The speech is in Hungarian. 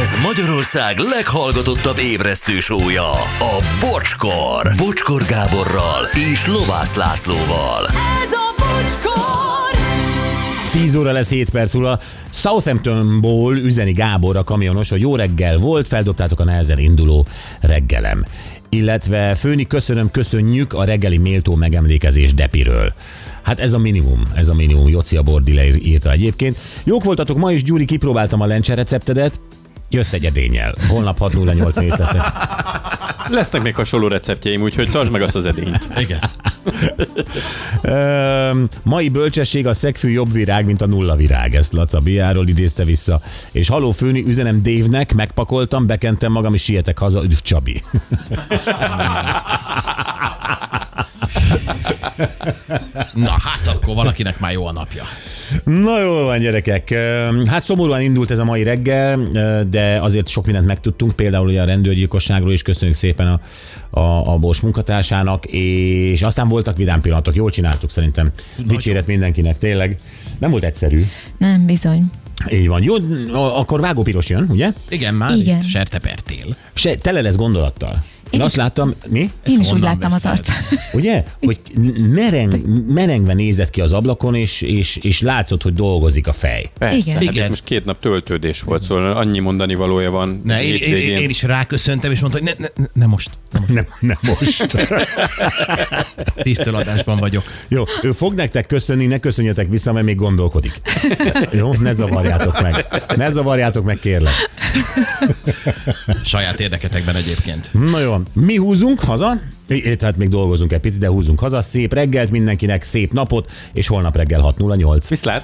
Ez Magyarország leghallgatottabb ébresztő sója, a Bocskor. Bocskor Gáborral és Lovász Lászlóval. Ez a bocskor! 10 óra lesz 7 perc múlva. Southamptonból üzeni Gábor a kamionos, hogy jó reggel volt, feldobtátok a nehezen induló reggelem. Illetve Főni köszönöm, köszönjük a reggeli méltó megemlékezés Depiről. Hát ez a minimum, ez a minimum. Jocia Bordile írta egyébként. Jók voltatok ma is, Gyuri, kipróbáltam a lencse receptedet. Jössz egy edényel. Holnap 6.08 leszek. Lesznek még hasonló receptjeim, úgyhogy tartsd meg azt az edényt. Öm, mai bölcsesség a szegfű jobb virág, mint a nulla virág. Ezt Laca Biáról idézte vissza. És haló főni, üzenem Dévnek, megpakoltam, bekentem magam, és sietek haza, üdv Csabi. Na hát akkor valakinek már jó a napja. Na jól van, gyerekek. Öm, Hát szomorúan indult ez a mai reggel, ö, de azért sok mindent megtudtunk, például ugye a rendőrgyilkosságról is köszönjük szépen a, a, a Bors munkatársának, és aztán voltak vidám pillanatok, jól csináltuk szerintem. Dicséret mindenkinek, tényleg. Nem volt egyszerű. Nem, bizony. Így van. Jó, akkor vágópiros jön, ugye? Igen, már Igen. itt sertepertél. Se, tele lesz gondolattal. Én is- azt láttam, mi? Én is úgy honnan láttam az veszed? arcát. Ugye? Hogy mereng, merengve nézett ki az ablakon, és, és, és látszott, hogy dolgozik a fej. Persze. Igen. Hát Igen. itt most két nap töltődés volt, szóval annyi mondani valója van. Na, én, én, hétvégén. én, én is ráköszöntem, és mondta, hogy ne, ne, ne most. Nem most. Nem, nem most. Tisztől adásban vagyok. Jó, ő fog nektek köszönni, ne köszönjetek vissza, mert még gondolkodik. Jó, ne zavarjátok meg. Ne zavarjátok meg, kérlek. Saját érdeketekben egyébként. Na jó, mi húzunk haza, É, tehát még dolgozunk egy picit, de húzunk haza. Szép reggelt mindenkinek, szép napot, és holnap reggel 6.08. Viszlát!